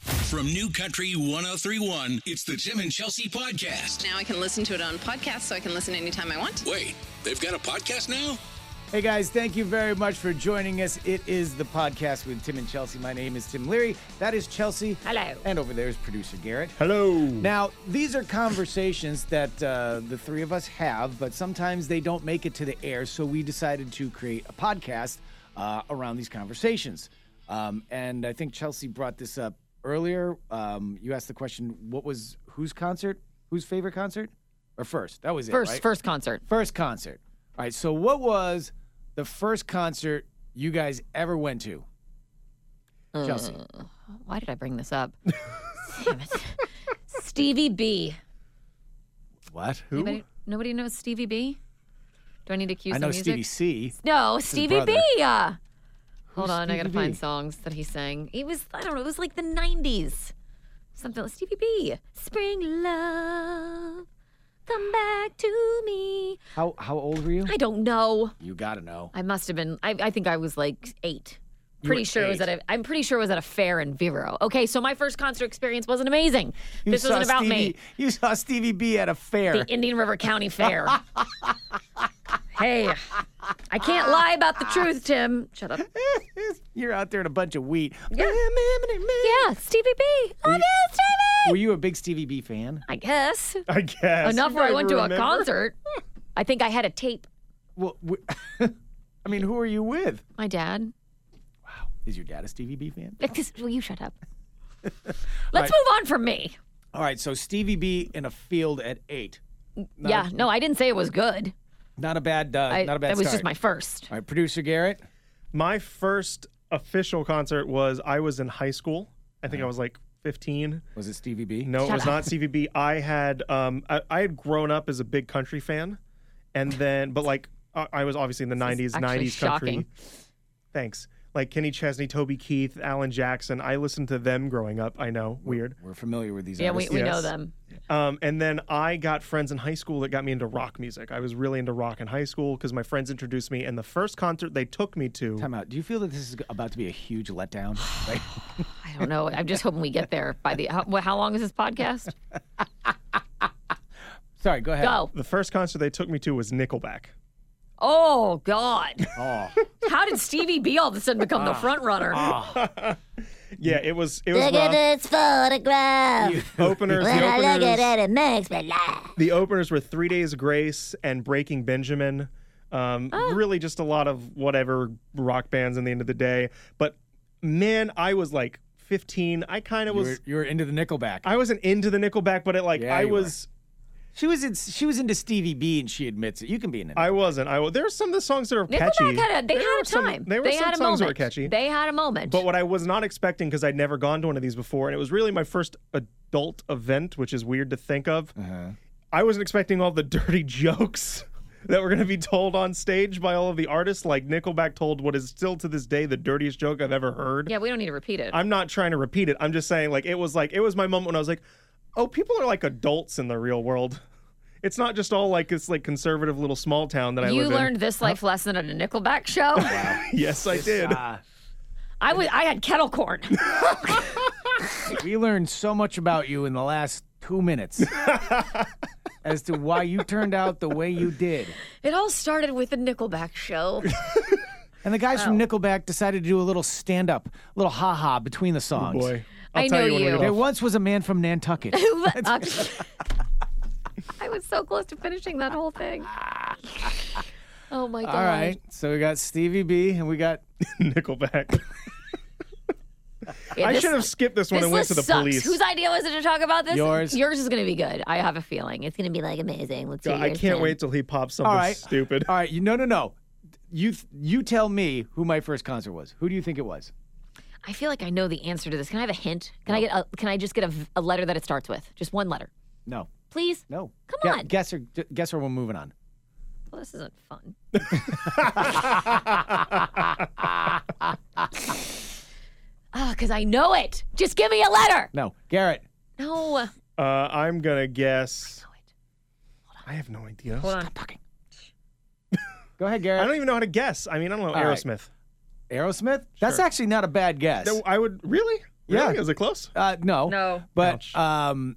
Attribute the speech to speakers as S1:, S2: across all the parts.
S1: From New Country 1031, it's the Tim and Chelsea Podcast.
S2: Now I can listen to it on podcast, so I can listen anytime I want.
S1: Wait, they've got a podcast now?
S3: Hey guys, thank you very much for joining us. It is the podcast with Tim and Chelsea. My name is Tim Leary. That is Chelsea.
S2: Hello.
S3: And over there is producer Garrett.
S4: Hello.
S3: Now, these are conversations that uh, the three of us have, but sometimes they don't make it to the air. So we decided to create a podcast uh, around these conversations. Um, and I think Chelsea brought this up earlier. Um, you asked the question, "What was whose concert? Whose favorite concert?" Or first? That was it.
S5: First,
S3: right?
S5: first concert.
S3: First concert. All right. So, what was the first concert you guys ever went to? Chelsea.
S5: Uh, Why did I bring this up? Damn it. Stevie B.
S3: What?
S5: Anybody, nobody knows Stevie B? Do I need to cue
S3: I
S5: some
S3: know
S5: music?
S3: Stevie C.
S5: No, Stevie B.
S3: brother.
S5: Uh, hold on, I
S3: Stevie
S5: gotta
S3: B?
S5: find songs that he sang. It was I don't know, it was like the nineties. Something like Stevie B. Spring love. Come back to me.
S3: How how old were you?
S5: I don't know.
S3: You gotta know.
S5: I must have been. I, I think I was like eight. Pretty
S3: were
S5: sure it was at
S3: eight.
S5: a. I'm pretty sure it was at a fair in Vero. Okay, so my first concert experience wasn't amazing.
S3: You
S5: this
S3: saw
S5: wasn't about
S3: Stevie,
S5: me.
S3: You saw Stevie B at a fair.
S5: The Indian River County Fair. hey, I can't lie about the truth, Tim. Shut up.
S3: You're out there in a bunch of wheat.
S5: Yeah, Stevie B. Love you, Stevie.
S3: Were you a big Stevie B fan?
S5: I guess
S4: I guess.
S5: enough
S4: You
S5: where I
S4: guys
S5: went to a
S4: remember?
S5: concert. I think I had a tape.
S3: Well, w- I mean, who are you with?
S5: My dad.
S3: Is your dad a Stevie B fan?
S5: Will you shut up?
S3: All
S5: Let's
S3: right.
S5: move on from me.
S3: All right, so Stevie B in a field at eight. Not
S5: yeah,
S3: a,
S5: no, I didn't say it was good.
S3: not a bad. Uh,
S5: I,
S3: not a bad.
S5: that was just
S3: start.
S5: my first.
S3: All right, producer Garrett.
S4: My first official concert was I was in high school. I think I was like 15.
S3: Was it Stevie B?
S4: No,
S5: Shut
S4: it was
S5: up.
S4: not CVB. I had um I, I had grown up as a big country fan, and then but like I, I was obviously in the
S5: is
S4: 90s,
S5: actually
S4: 90s
S5: shocking.
S4: country. Thanks. Like Kenny Chesney, Toby Keith, Alan Jackson. I listened to them growing up. I know, weird.
S3: We're familiar with these
S5: Yeah, we,
S3: artists.
S5: we know
S4: Yes.
S5: them.
S4: Um, and then I got friends in high school that got me into rock music. I was really into rock in high school because my friends introduced me. And the first concert they took me to,
S3: Time out. Do you feel that this is about to be a huge letdown? Like,
S5: I don't know. I'm just hoping we get there by the. How, wh- how long is this podcast?
S3: sorry, go ahead.
S5: Go.
S4: the first concert they took me to was Nickelback.
S5: Oh God!
S3: Oh,
S5: How did Stevie B all of a sudden become
S4: Ah.
S5: the front runner?
S4: Yeah, it was it was rough.
S6: this photograph.
S4: openers. The openers,
S6: it, it makes me laugh.
S4: the openers were Three Days Grace and Breaking Benjamin. Um,
S5: Oh.
S4: Really, just a lot of whatever rock bands in the end of the day. But man, I was like 15. I kind of
S3: you
S4: was.
S3: were, you were into the Nickelback.
S4: I wasn't into the Nickelback, but it like
S3: Yeah,
S4: I
S3: you were.
S4: was.
S3: she was in, she was into Stevie B, and she admits it. You can be in it.
S4: I wasn't. I was. There were some of the songs that are catchy.
S5: Nickelback had a. They
S4: There
S5: had
S4: were
S5: a
S4: some-
S5: time.
S4: there were
S5: they
S4: some
S5: had a
S4: songs
S5: moment.
S4: that were catchy.
S5: They had a moment.
S4: But what I was not expecting, because I'd never gone to one of these before, and it was really my first adult event, which is weird to think of. I wasn't expecting all the dirty jokes that were going to be told on stage by all of the artists. Like Nickelback told what is still to this day the dirtiest joke I've ever heard.
S5: yeah, we don't need to repeat it.
S4: I'm not trying to repeat it. I'm just saying, like, it was like, it was my moment when I was like, oh, people are like adults in the real world. It's not just all like this like conservative little small town that I
S5: you
S4: live
S5: learned this life lesson at a Nickelback show.
S4: in. Yes, I did.
S3: Ah,
S5: I was. I had kettle corn.
S3: we learned so much about you in the last two minutes as to why you turned out the way you did.
S5: It all started with the Nickelback show.
S3: And the guys from Nickelback decided to do a little stand up, a little ha ha between the songs.
S4: Oh, Boy, I'll
S5: I
S4: tell
S5: know
S4: you when we
S5: you.
S4: get
S3: There
S4: off.
S3: once was a man from Nantucket.
S5: Uh, I was so close to finishing that whole thing. Oh my god!
S3: All right, so we got Stevie B, and we got
S4: Nickelback.
S5: Yeah,
S4: I
S5: this-
S4: should have skipped this one
S5: This
S4: and went to the
S5: list sucks.
S4: police.
S5: Whose idea was it to talk about this?
S3: Yours.
S5: Yours is going to be good. I have a feeling. It's
S6: It's gonna be like amazing. Let's see.
S4: God, I can't wait till he pops something
S3: All right.
S4: stupid.
S3: All right, you no no no. You th- you tell me who my first concert was. Who do you think it was?
S5: I feel like I know the answer to this. Can I have a hint? Can I get a, can I just get a, v- a letter that it starts with? Just one letter.
S3: No,
S5: Please?
S3: no.
S5: Come
S3: Gu-
S5: on.
S3: guess or gu- guess or we're moving on.
S5: Well, this isn't fun. Oh, cuz I know it. Just give me a letter.
S3: No, Garrett.
S5: No.
S4: Uh, I'm gonna guess. I have no idea.
S5: Hold on.
S3: Go ahead,
S4: I
S3: Garrett.
S4: don't even know how to guess. I mean, I don't e-, know
S3: All right.
S4: Aerosmith.
S3: Aerosmith. That's actually not a bad guess.
S4: That- I would really. Really?
S3: Yeah.
S4: Is it close?
S3: Uh, no.
S5: No.
S3: But
S4: Ouch.
S3: um,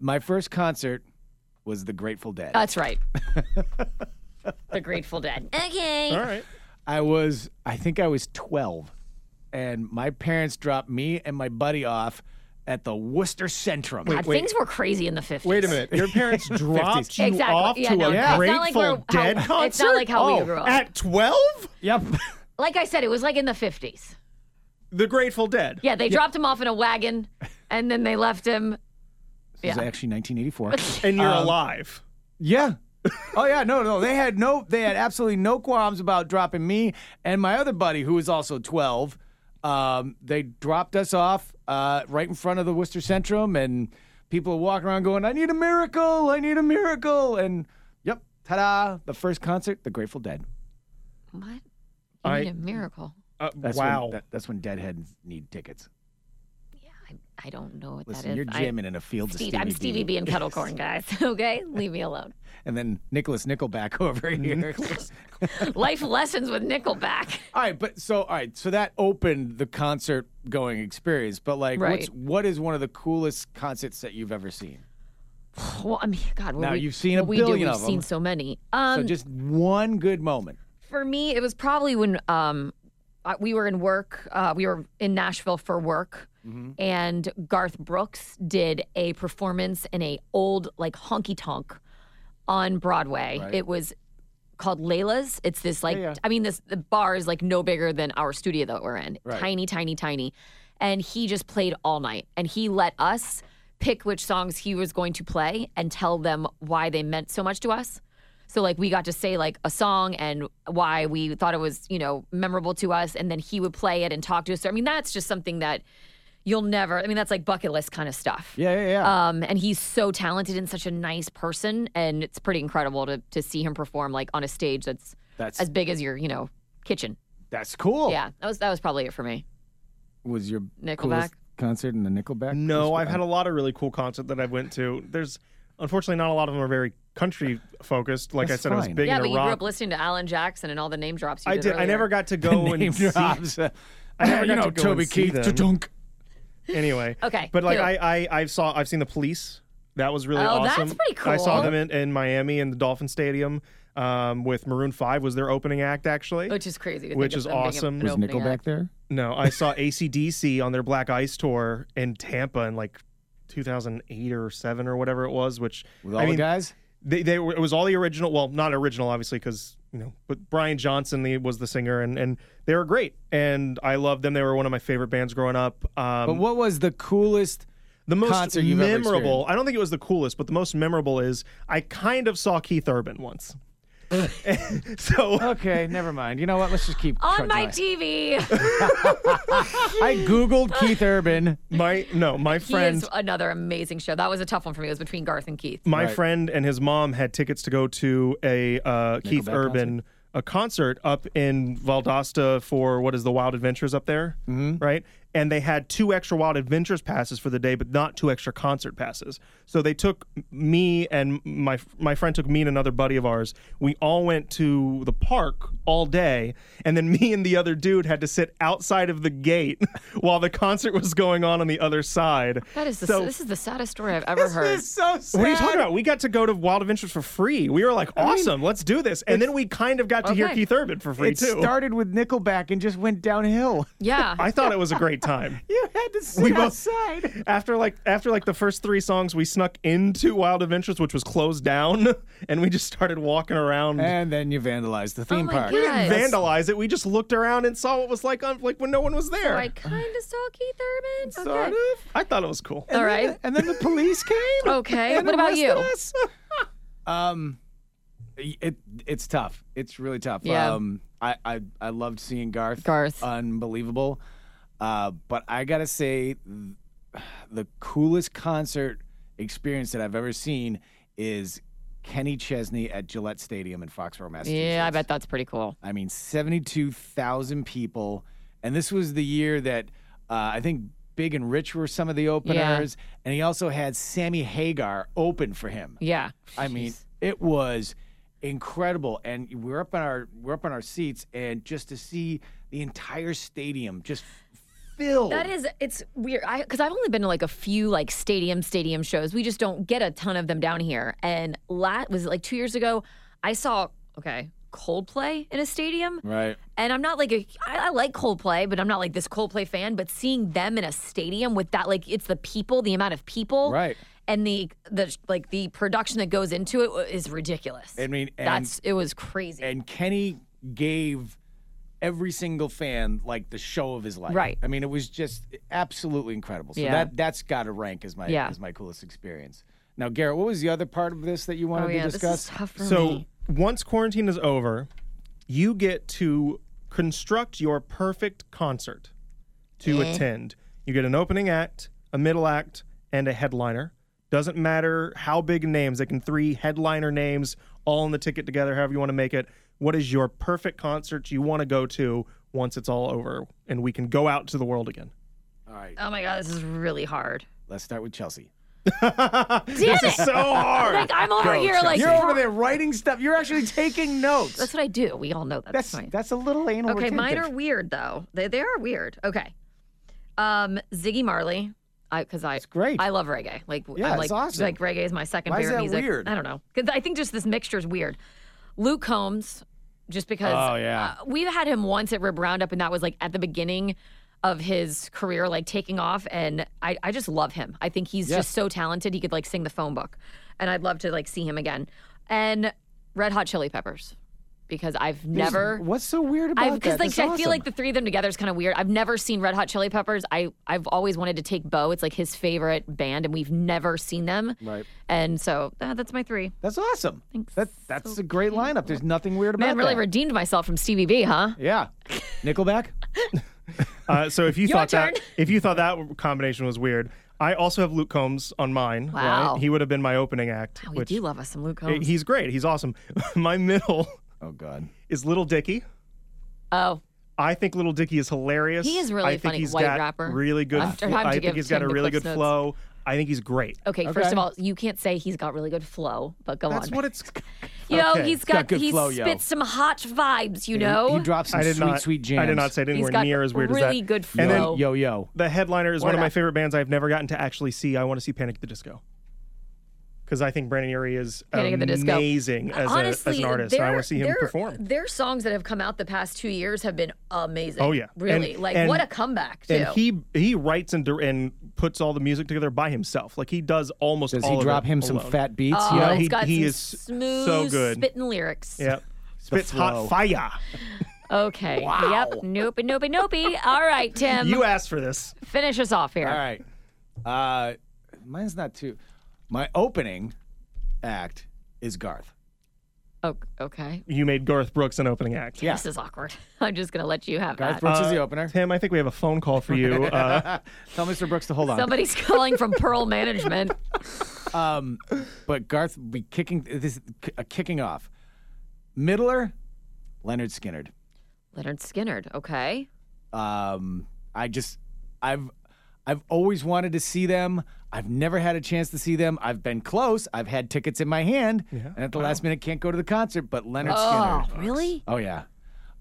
S3: my first concert was The Grateful Dead.
S5: That's right. the Grateful Dead.
S7: Okay.
S3: Uh,
S4: All right.
S3: I was, I think I was 12, and my parents dropped me and my buddy off at the Worcester Centrum.
S5: God, things were crazy in the 50s.
S4: Wait a minute. Your parents dropped you
S5: Exactly.
S4: off
S5: Yeah,
S4: to
S5: no,
S4: a
S5: it's not
S4: Grateful
S5: like we're- how-
S4: Dead
S5: it's not
S4: concert?
S5: like how we
S4: Oh,
S5: grew up.
S4: At 12?
S3: Yep.
S5: Like I said, it was like in the 50s.
S4: The Grateful Dead.
S5: Yeah, they dropped him off in a wagon and then they left him.
S3: It was actually 1984.
S4: And you're alive.
S3: yeah. Oh yeah, no, no. They had no, they had absolutely no qualms about dropping me and my other buddy, who was also 12. Um, they dropped us off uh, right in front of the Worcester Centrum, and people were walking around going, "I need a miracle! I need a miracle!" And yep, ta-da! The first concert, The Grateful Dead.
S5: What? You
S4: I-
S5: need a miracle.
S4: Uh,
S3: That's
S4: wow.
S3: When, that- that's when Deadheads need tickets.
S5: I, I don't know what
S3: Listen,
S5: that is.
S3: you're
S5: I-
S3: jamming in a field of
S5: Steve-
S3: Stevie,
S5: I'm Stevie B and kettle corn, guys. Okay? Leave me alone.
S3: and then Nicholas Nickelback over here.
S5: Life lessons with Nickelback.
S3: All right, but so all right, so that opened the concert going experience. But like, what's
S5: Right.
S3: what is one of the coolest concerts that you've ever seen?
S5: Well, I mean, God, what
S3: Now,
S5: we,
S3: you've seen a
S5: what we
S3: billion
S5: do,
S3: of
S5: we've seen
S3: them.
S5: so many. Um,
S3: so just one good moment.
S5: for me, it was probably when um, I- we were in work. Uh, we were in Nashville for work,
S3: Mm-hmm.
S5: and Garth Brooks did a performance in a old like honky tonk on Broadway.
S3: Right.
S5: It was called Layla's. It's this like
S3: yeah.
S5: I mean this the bar is like no bigger than our studio that we're in.
S3: Right.
S5: Tiny, tiny, tiny. And he just played all night and he let us pick which songs he was going to play and tell them why they meant so much to us. So like we got to say like a song and why we thought it was, you know, memorable to us and then he would play it and talk to us. So, I mean that's just something that you'll never I mean that's like bucket list kind of stuff.
S3: Yeah, yeah, yeah.
S5: Um, and he's so talented and such a nice person, and it's pretty incredible to to see him perform like on a stage that's
S3: That's-
S5: as big as your you know kitchen.
S3: That's
S4: Oh.
S3: cool.
S5: Yeah, that was that was probably it for me.
S3: Was your
S5: Nickelback?
S3: coolest concert in the Nickelback?
S4: No, I've had a lot of really cool concert that I've went to. There's unfortunately not a lot of them are very country focused. Like
S3: That's
S4: I said, I was
S3: fine.
S4: big
S5: Yeah,
S4: into
S5: but you grew
S4: rock.
S5: up listening to Alan Jackson and all the name drops. You
S4: I
S5: did.
S4: did. I
S5: earlier.
S4: never got to go
S3: name
S4: and see.
S3: drops.
S4: I never
S3: you
S4: got
S3: know,
S4: to go
S3: Toby
S4: and see
S3: Keith.
S4: them.
S3: ta-dunk.
S4: Anyway.
S5: Okay,
S4: But like
S5: who?
S4: I, I I saw I've seen the police. That was really
S5: Oh, that's
S4: awesome.
S5: pretty
S4: I saw
S5: cool.
S4: them in, in Miami in the Dolphin Stadium um, with Maroon Five was their opening act actually.
S5: Which is crazy. to think
S4: Which
S5: of
S4: is
S5: them being
S4: awesome.
S5: an
S4: Was
S5: opening
S3: Nickelback
S5: act.
S3: there?
S4: No, I saw ACDC on their Black Ice tour in Tampa in like 2008 or seven or whatever it was. Which
S3: With all
S4: I mean,
S3: the guys?
S4: they they were, it was all the original. Well, not original, obviously, because you know, but Brian Johnson the, was the singer, and and they were great, and I loved them. They were one of my favorite bands growing up. Um,
S3: But what was the coolest?
S4: the most
S3: concert you've ever
S4: memorable.
S3: experienced?
S4: I don't think it was the coolest, but the most memorable is I kind of saw Keith Urban once. so
S3: Okay, never mind. You know what? Let's just keep
S5: On
S3: trudging
S5: my TV,
S3: I googled Keith Urban.
S4: my no, my
S5: he
S4: friend.
S5: is another amazing show. That was a tough one for me. It was between Garth and Keith.
S4: my
S3: Right.
S4: friend and his mom had tickets to go to a uh, Keith Urban a concert up in Valdosta for what is the Wild Adventures up there, mm-hmm. right? And they had two extra Wild Adventures passes for the day, but not two extra concert passes. So they took m- me and my my friend took me and another buddy of ours. We all went to the park all day, and then me and the other dude had to sit outside of the gate while the concert was going on on the other side.
S5: That is the,
S4: So-
S5: this is the saddest story I've ever heard.
S3: so sad.
S4: What are you talking about? We got to go to Wild Adventures for free. We were like, awesome, let's do this. And then we kind of got to hear
S5: Okay.
S4: Keith Urban for free
S3: It
S4: too.
S3: started with Nickelback and just went downhill.
S5: Yeah,
S4: I thought it was a great time.
S3: You had to sit
S4: We both-
S3: outside.
S4: After like after like the first three songs, we snuck into Wild Adventures, which was closed down, and we just started walking around.
S3: And then you vandalized the
S5: Oh
S3: theme
S5: my
S3: park.
S5: God.
S4: didn't vandalize it. We just looked around and saw what was like on like when no one was there.
S5: I kind of saw Keith Urban.
S4: Sort
S5: Okay.
S4: of. I thought it was cool.
S5: All right.
S3: And then the police came.
S5: Okay.
S3: and
S5: What about you?
S3: arrested us. um, it it's tough. It's really tough.
S5: Yeah.
S3: Um, I, I I loved seeing Garth.
S5: Garth.
S3: unbelievable. Uh, but I gotta say, th- the coolest concert experience that I've ever seen is Kenny Chesney at Gillette Stadium in Foxborough, Massachusetts.
S5: Yeah, I bet that's pretty cool.
S3: I mean, 72,000 people. And this was the year that uh, I think Big and Rich were some of the openers. And he also had Sammy Hagar open for him.
S5: Yeah.
S3: I mean, it was incredible. And we're up on our we're up on our seats and just to see the entire stadium just filled.
S5: That is, it's weird. I because I've only been to like a few like stadium stadium shows. We just don't get a ton of them down here. And lat was it like two years ago? I saw okay Coldplay in a stadium,
S3: right.
S5: and I'm not like a I, I like Coldplay, but I'm not like this Coldplay fan. But seeing them in a stadium with that like it's the people, the amount of people,
S3: Right.
S5: and the the like the production that goes into it is ridiculous.
S3: I mean, and,
S5: That's it was crazy.
S3: and Kenny gave every single fan like the show of his life.
S5: Right.
S3: I mean, it was just absolutely incredible. So
S5: Yeah.
S3: that that's got to rank as my
S5: Yeah.
S3: as my coolest experience. Now, Garrett, what was the other part of this that you wanted
S5: oh yeah,
S3: to
S5: this is
S3: discuss?
S5: tough for
S4: So
S5: me.
S4: once quarantine is over, you get to construct your perfect concert to attend. You get an opening act, a middle act, and a headliner. Doesn't matter how big names, they can three headliner names all on the ticket together, however you want to make it. What is your perfect concert you want to go to once it's all over and we can go out to the world again?
S3: All right,
S5: Oh my god, this is really hard.
S3: let's start with Chelsea.
S5: Damn it!
S4: So hard.
S5: Like I'm over here, like
S3: You're over there writing stuff. You're actually taking notes.
S5: That's what I do. We all know that.
S3: that's
S5: That's fine.
S3: that's a little anal.
S5: okay, mine are
S3: retentive.
S5: weird though. They they are weird. Okay, um, Ziggy Marley, I because I
S3: great.
S5: I love reggae. Like
S3: Yeah,
S5: I'm
S3: it's
S5: like
S3: awesome.
S5: like reggae is my second
S3: Why is
S5: favorite
S3: that
S5: music.
S3: weird?
S5: I don't know. 'Cause I think just this mixture is weird. Luke Combs, just because.
S3: Oh, yeah.
S5: uh, we've had him once at Rib Roundup, and that was like at the beginning of his career, like taking off. And I I just love him. I think he's
S3: Yeah.
S5: just so talented. He could like sing the phone book, and I'd love to like see him again. And Red Hot Chili Peppers. Because I've
S3: There's-
S5: never
S3: What's so weird about
S5: I've
S3: that?
S5: because like
S3: That's
S5: I feel like
S3: awesome.
S5: the three of them together is kind of weird. I've never seen Red Hot Chili Peppers. I I've always wanted to take Bo. It's like his favorite band, and we've never seen them.
S3: Right.
S5: And so uh, that's my three.
S3: that's awesome.
S5: Thanks.
S3: That that's a great lineup. There's nothing weird about
S5: Man, really
S3: that.
S5: redeemed myself from Stevie B, huh? Oh,
S3: yeah, Nickelback.
S4: Uh, so if you
S5: Your
S4: thought that
S5: turn.
S4: if you thought that combination was weird, I also have Luke Combs on mine.
S5: Wow.
S4: He would have been my opening act.
S5: Oh, we
S4: which
S5: do love us some Luke
S4: Eh,
S5: Combs.
S4: he's great. He's awesome. my middle
S3: Oh God.
S4: is Little Dicky.
S5: oh,
S4: I think Little Dicky is hilarious.
S5: He is really
S4: I think
S5: funny
S4: he's
S5: white
S4: got
S5: rapper.
S4: Really good.
S5: I'm trying
S4: fl-
S5: to
S4: I
S5: give
S4: think he's got
S5: him
S4: a
S5: the
S4: really
S5: Cliff's
S4: good
S5: Notes.
S4: flow. I think he's great.
S5: okay, First
S3: Okay.
S5: of all, you can't say he's got really good flow, but go
S4: That's
S5: on.
S4: what it's.
S5: Yo,
S4: okay.
S5: he's
S3: got
S5: got,
S3: good
S5: he
S3: flow, yo.
S5: spits some hot vibes, you
S3: He,
S5: know.
S3: he drops some
S4: I did
S3: sweet
S4: not.
S3: sweet jams.
S4: I did not say it
S5: He's
S4: anywhere
S5: got
S4: near as weird as that.
S5: really good flow.
S4: And then
S3: yo yo.
S4: The headliner is one of
S5: Word
S4: my
S5: up.
S4: favorite bands I've never gotten to actually see. I want to see Panic at the Disco. Because I think Brandon Urie is
S5: Panic at the Disco.
S4: amazing as,
S5: Honestly,
S4: a, as an artist. And I
S5: their-
S4: want to see him
S5: their-
S4: perform.
S5: Their songs that have come out the past two years have been amazing.
S4: Oh, yeah.
S5: really,
S4: And-
S5: like
S4: and-
S5: what a comeback too.
S4: And he he writes and dir- and puts all the music together by himself. Like he does almost
S3: Does
S4: all
S3: he
S4: of
S3: drop
S4: it
S3: him some
S4: alone.
S3: fat beats?
S5: Oh,
S4: Yeah,
S5: it's
S4: he-
S5: got
S4: he
S5: some
S4: is
S5: smooth,
S4: so good.
S5: spitting lyrics.
S4: Yeah. Spits
S3: flow.
S4: hot fire.
S5: Okay. Yep. Nope. Nope. Nope. All right, Tim.
S4: You asked for this.
S5: finish us off here.
S3: All right. Uh, mine's not too. My opening act is Garth.
S5: Oh, okay.
S4: You made Garth Brooks an opening act.
S3: Yeah.
S5: This is awkward. I'm just gonna let you have
S3: Garth
S5: that.
S3: Brooks is the opener.
S4: Uh, Tim, I think we have a phone call for you. Uh,
S3: Tell Mr. Brooks to hold on.
S5: Somebody's calling from Pearl Management.
S3: Um, but Garth will be kicking this uh, kicking off. Middler, Leonard Skinnerd.
S5: Leonard Skinnerd. Okay.
S3: Um, I just, I've, I've always wanted to see them. I've never had a chance to see them. I've been close. I've had tickets in my hand, and at the last minute can't go to the concert. But Leonard
S5: Oh,
S3: Skinnerd.
S5: really?
S3: Oh yeah.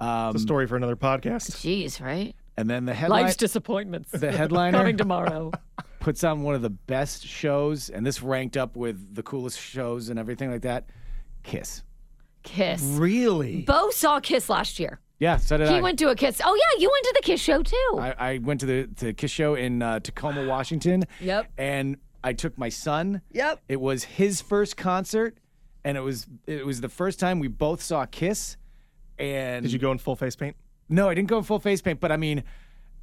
S4: it's a story for another podcast.
S5: Jeez, right?
S3: And then the headline.
S5: Life's disappointments
S3: the headliner
S5: coming tomorrow.
S3: puts on one of the best shows, and this ranked up with the coolest shows and everything like that. Kiss.
S5: Kiss.
S4: Really?
S5: Bo saw Kiss last year.
S3: Yeah, so did
S5: He
S3: I.
S5: went to a Kiss. Oh yeah, you went to the Kiss show too.
S3: I, I went to the to the Kiss show in uh, Tacoma, Washington.
S5: Yep.
S3: And I took my son. Yep. It was his first concert, and it was it was the first time we both saw Kiss. And
S4: Did you go in full face paint?
S3: No, I didn't go in full face paint, but I mean,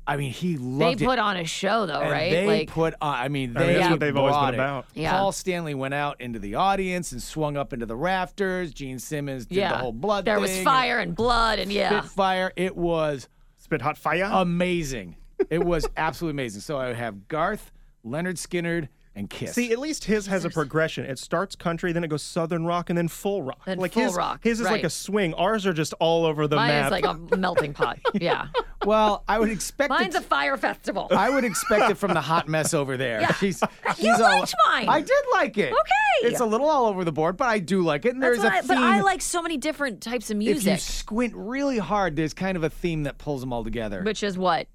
S3: I mean, he
S5: they
S3: loved it.
S5: put on a show though,
S3: And
S5: right?
S3: They
S5: like
S3: put on. I mean, they
S4: mean, that's what they've always
S3: brought
S4: been
S3: it.
S4: about.
S5: Yeah.
S3: Paul Stanley went out into the audience and swung up into the rafters. Gene Simmons did
S5: yeah,
S3: the whole blood.
S5: There was
S3: thing.
S5: fire and blood and yeah.
S3: Spitfire. It was
S4: Spit hot fire?
S3: Oh, amazing. It was absolutely amazing. So I would have Garth, Leonard Skinnerd, and Kiss.
S4: See, at least his has a progression. It starts country, then it goes southern rock, and then full rock.
S5: Then
S4: like
S5: full
S4: his,
S5: rock,
S4: his is like
S5: right.
S4: a swing. Ours are just all over the
S5: Mine
S4: map.
S5: is like a melting pot. Yeah.
S3: well, I would expect.
S5: Mine's a
S3: it,
S5: fire festival.
S3: I would expect it from the hot mess over there.
S5: Yeah.
S3: She's, she's
S5: You
S3: all,
S5: liked mine.
S3: I did like it.
S5: Okay.
S3: It's a little all over the board, but I do like it. And
S5: That's
S3: there's a
S5: why-
S3: theme.
S5: but I like so many different types of
S3: if you
S5: music,
S3: squint really hard, there's kind of a theme that pulls them all together.
S5: which is what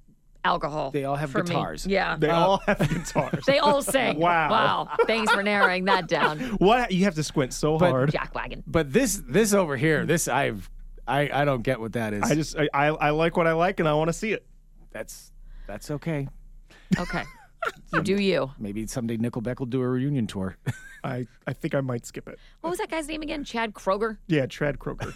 S5: alcohol.
S3: They all have
S5: for me.
S3: guitars. Uh,
S5: Yeah.
S4: They all have guitars.
S5: They all sing.
S4: Wow.
S5: Wow. Thanks for narrowing that down.
S4: what you have to squint so
S3: But-
S4: hard.
S5: Jack wagon.
S3: But this this over here, this I've I I don't get what that is.
S4: I just I, I I like what I like and I want to see it.
S3: that's that's okay.
S5: Okay. You do you.
S3: Maybe someday Nickelback will do a reunion tour.
S4: I I think I might skip it.
S5: What was that guy's name again? Chad Kroger.
S4: Yeah, Trad Croker.